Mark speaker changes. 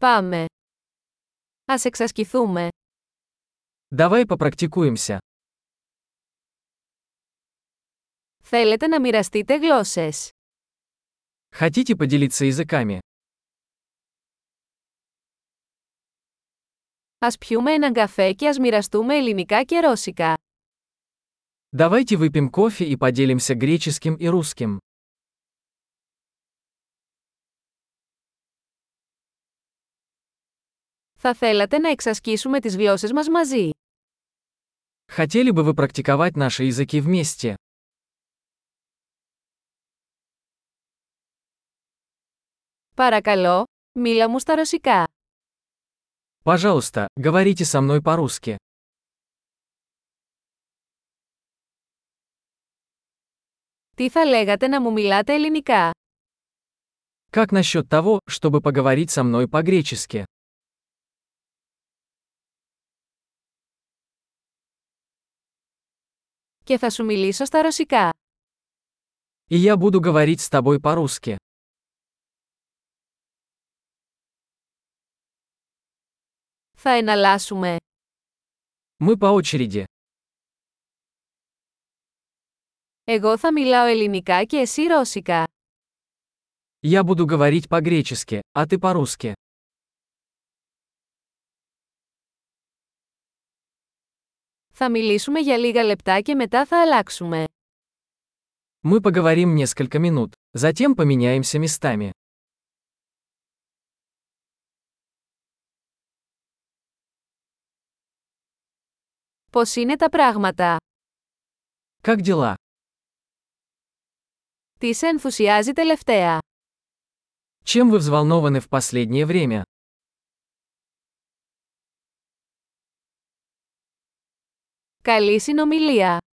Speaker 1: Πάμε. Ας εξασκηθούμε.
Speaker 2: Давай попрактикуемся.
Speaker 1: Θέλετε να μοιραστείτε γλώσσες.
Speaker 2: Хотите поделиться языками?
Speaker 1: Ας πιούμε έναν καφέ και ας μοιραστούμε ελληνικά και ρώσικα.
Speaker 2: Давайте выпьем кофе и поделимся греческим и русским.
Speaker 1: Θα θέλατε να εξασκήσουμε τις γλώσσες μας μαζί.
Speaker 2: Хотели бы вы практиковать наши языки вместе?
Speaker 1: Παρακαλώ, μίλα μου στα ρωσικά.
Speaker 2: Пожалуйста, говорите со мной по-русски.
Speaker 1: Τι θα λέγατε να μου μιλάτε ελληνικά.
Speaker 2: Как насчет того, чтобы поговорить со мной по-гречески?
Speaker 1: Και θα σου μιλήσω στα ρωσικά.
Speaker 2: И я буду говорить с тобой по-русски.
Speaker 1: Θα εναλλάσσουμε.
Speaker 2: Мы по очереди.
Speaker 1: Εγώ θα μιλάω ελληνικά και εσύ ρώσικα.
Speaker 2: Я буду говорить по-гречески, а ты по-русски.
Speaker 1: Θα μιλήσουμε για λίγα λεπτά και μετά θα αλλάξουμε.
Speaker 2: Мы поговорим несколько минут, затем поменяемся местами.
Speaker 1: Πώς είναι τα πράγματα.
Speaker 2: Как дела?
Speaker 1: Τι σε ενθουσιάζει τελευταία.
Speaker 2: Чем вы взволнованы в последнее время?
Speaker 1: Καλή συνομιλία.